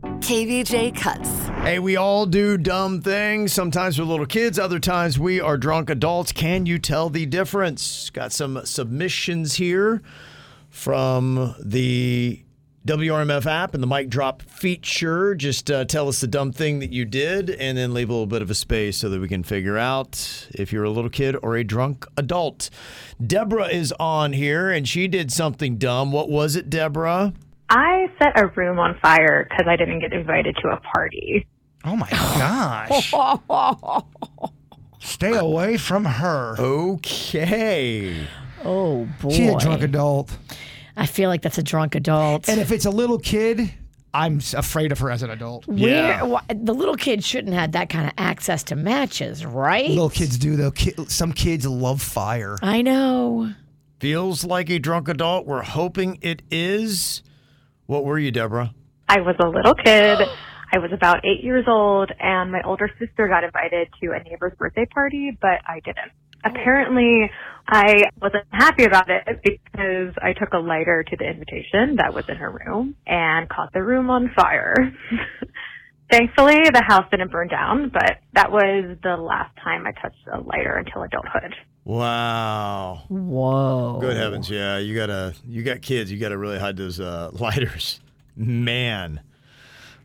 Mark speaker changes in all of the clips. Speaker 1: KVJ cuts.
Speaker 2: Hey, we all do dumb things. Sometimes we're little kids, other times we are drunk adults. Can you tell the difference? Got some submissions here from the WRMF app and the mic drop feature. Just uh, tell us the dumb thing that you did and then leave a little bit of a space so that we can figure out if you're a little kid or a drunk adult. Deborah is on here and she did something dumb. What was it, Deborah?
Speaker 3: I set a room on fire because I didn't get invited to a party.
Speaker 4: Oh my gosh. Stay away from her.
Speaker 2: Okay.
Speaker 5: Oh boy.
Speaker 4: She's a drunk adult.
Speaker 5: I feel like that's a drunk adult.
Speaker 4: And if it's a little kid, I'm s- afraid of her as an adult.
Speaker 2: Yeah.
Speaker 5: Where- wh- the little kid shouldn't have that kind of access to matches, right?
Speaker 4: Little kids do though. Ki- some kids love fire.
Speaker 5: I know.
Speaker 2: Feels like a drunk adult. We're hoping it is. What were you, Deborah?
Speaker 3: I was a little kid. I was about eight years old, and my older sister got invited to a neighbor's birthday party, but I didn't. Apparently, I wasn't happy about it because I took a lighter to the invitation that was in her room and caught the room on fire. Thankfully, the house didn't burn down, but that was the last time I touched a lighter until adulthood.
Speaker 2: Wow.
Speaker 5: Whoa.
Speaker 2: Good heavens. Yeah, you gotta you got kids, you gotta really hide those uh, lighters. Man.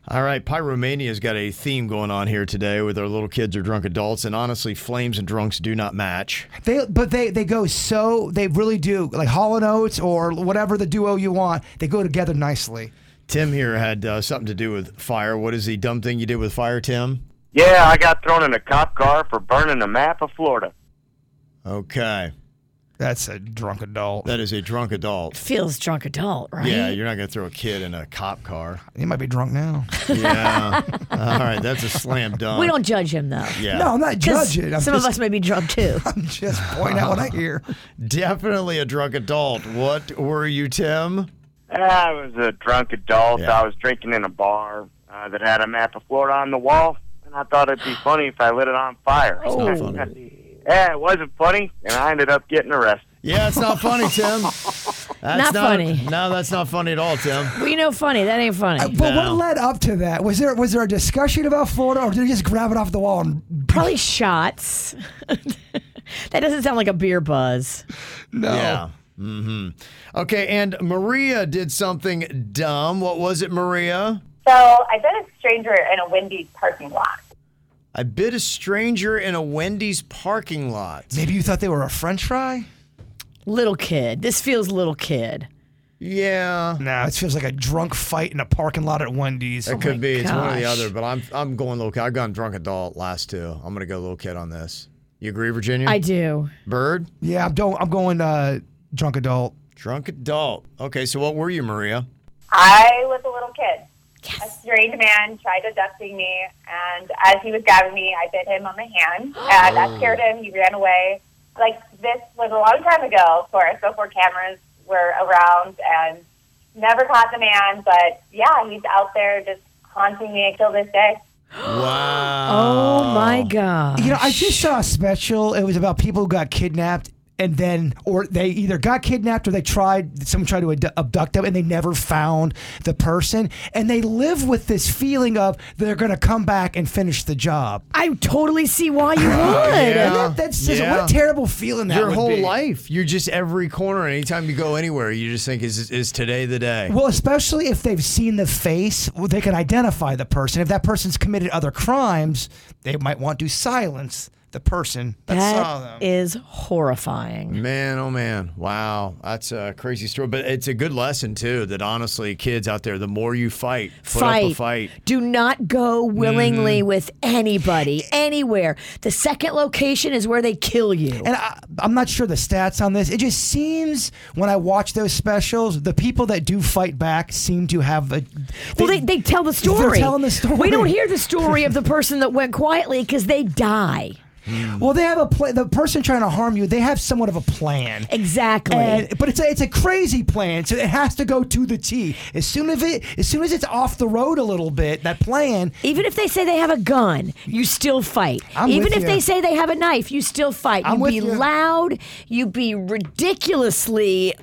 Speaker 2: All right, Pyromania's got a theme going on here today with our little kids or drunk adults, and honestly, flames and drunks do not match.
Speaker 4: They, but they, they go so they really do like Hall and Oates or whatever the duo you want. They go together nicely.
Speaker 2: Tim here had uh, something to do with fire. What is the dumb thing you did with fire, Tim?
Speaker 6: Yeah, I got thrown in a cop car for burning a map of Florida.
Speaker 2: Okay,
Speaker 4: That's a drunk adult.
Speaker 2: that is a drunk adult.
Speaker 5: Feels drunk adult, right?
Speaker 2: Yeah, you're not gonna throw a kid in a cop car.
Speaker 4: He might be drunk now.
Speaker 2: Yeah. All right, that's a slam dunk.
Speaker 5: We don't judge him though.
Speaker 2: Yeah.
Speaker 4: No, I'm not
Speaker 5: 'Cause
Speaker 4: judging. I'm
Speaker 5: some
Speaker 4: just,
Speaker 5: of us may be drunk too.
Speaker 4: I'm just pointing out what I hear.
Speaker 2: Definitely a drunk adult. What were you, Tim?
Speaker 6: Ah, I was a drunk adult.
Speaker 2: Yeah.
Speaker 6: I was drinking in a bar uh, that had a map of Florida on the wall, and I thought it'd be funny if I lit it on fire. Oh. yeah, it wasn't funny, and I ended up getting arrested.
Speaker 2: Yeah, it's not funny, Tim. That's
Speaker 5: Not funny.
Speaker 2: No, that's not funny at all, Tim.
Speaker 5: we know funny. That ain't funny.
Speaker 4: But
Speaker 2: No.
Speaker 4: what led up to that? Was there was there a discussion about Florida, or did they just grab it off the wall and
Speaker 5: Probably shots. that doesn't sound like a beer buzz.
Speaker 4: no?
Speaker 2: Yeah. hmm Okay, and Maria did something dumb. What was it, Maria?
Speaker 7: So I met a stranger in a windy parking lot.
Speaker 2: I bit a stranger in a Wendy's parking lot.
Speaker 4: Maybe you thought they were a French fry.
Speaker 5: Little kid. This feels little kid.
Speaker 2: Yeah.
Speaker 4: No, it feels like a drunk fight in a parking lot at Wendy's. Oh
Speaker 2: That could be. It's one or the
Speaker 5: Oh gosh.
Speaker 2: other, but I'm I'm going little kid. I've gone drunk adult last two. I'm gonna go little kid on this. You agree, Virginia?
Speaker 5: I do.
Speaker 2: Bird?
Speaker 4: Yeah, I'm don't. I'm going uh, drunk adult.
Speaker 2: Drunk adult. Okay, so what were you, Maria?
Speaker 7: I was a little kid. A strange man tried abducting me, and as he was grabbing me, I bit him on the hand, and that scared him. He ran away. Like this was a long time ago, of course, before cameras were around, and never caught the man. But yeah, he's out there just haunting me until this day.
Speaker 2: Wow.
Speaker 5: Oh, my god.
Speaker 4: You know, I just saw a special. It was about people who got kidnapped and then, or they either got kidnapped or they tried, someone tried to ad- abduct them and they never found the person. And they live with this feeling of they're going to come back and finish the job.
Speaker 5: I totally see why you would.
Speaker 4: And
Speaker 2: Yeah,
Speaker 4: that, that's just,
Speaker 2: yeah.
Speaker 4: what a terrible feeling that
Speaker 2: Your
Speaker 4: would
Speaker 2: whole
Speaker 4: be.
Speaker 2: life, you're just every corner. Anytime you go anywhere, you just think, is is today the day?
Speaker 4: Well, especially if they've seen the face, well, they can identify the person. If that person's committed other crimes, they might want to silence the person that, saw them.
Speaker 5: That is horrifying.
Speaker 2: Man, oh man. Wow. That's a crazy story. But it's a good lesson, too, that honestly, kids out there, the more you fight, put
Speaker 5: fight.
Speaker 2: up a fight.
Speaker 5: Do not go willingly
Speaker 4: Mm-hmm.
Speaker 5: with anybody, anywhere. The second location is where they kill you.
Speaker 4: and I, I'm not sure the stats on this. It just seems when I watch those specials, the people that do fight back seem to have a.
Speaker 5: well, they, they tell the story.
Speaker 4: They're telling the story.
Speaker 5: We don't hear the story of the person that went quietly because they die.
Speaker 4: Well, they have a plan. The person trying to harm you, they have somewhat of a plan.
Speaker 5: Exactly.
Speaker 4: And, but it's a, it's a crazy plan, so it has to go to the T. As soon as it as soon as it's off the road a little bit, that plan.
Speaker 5: Even if they say they have a gun, you still fight.
Speaker 4: I'm
Speaker 5: Even
Speaker 4: with
Speaker 5: if
Speaker 4: you.
Speaker 5: they say they have a knife, you still fight.
Speaker 4: I'm
Speaker 5: you
Speaker 4: with
Speaker 5: be
Speaker 4: you.
Speaker 5: loud, you be ridiculously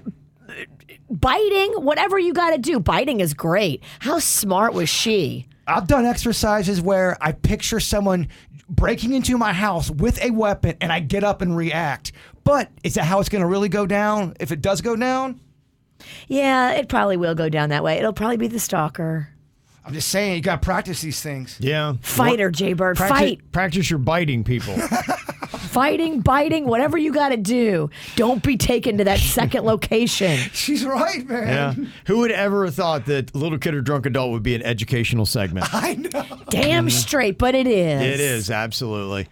Speaker 5: biting, whatever you got to do. Biting is great. How smart was she?
Speaker 4: I've done exercises where I picture someone breaking into my house with a weapon, and I get up and react. But is that how it's going to really go down? If it does go down,
Speaker 5: Yeah, it probably will go down that way. It'll probably be the stalker.
Speaker 4: I'm just saying you got to practice these things.
Speaker 2: Yeah.
Speaker 5: Fighter, Jay Bird.
Speaker 2: Practi-
Speaker 5: Fight.
Speaker 2: Practice your biting people.
Speaker 5: Fighting, biting, whatever you got to do. Don't be taken to that second location.
Speaker 4: She's right, man.
Speaker 2: yeah. Who would ever have thought that little kid or drunk adult would be an educational segment?
Speaker 4: I know.
Speaker 5: Damn straight, but it is.
Speaker 2: it is, absolutely.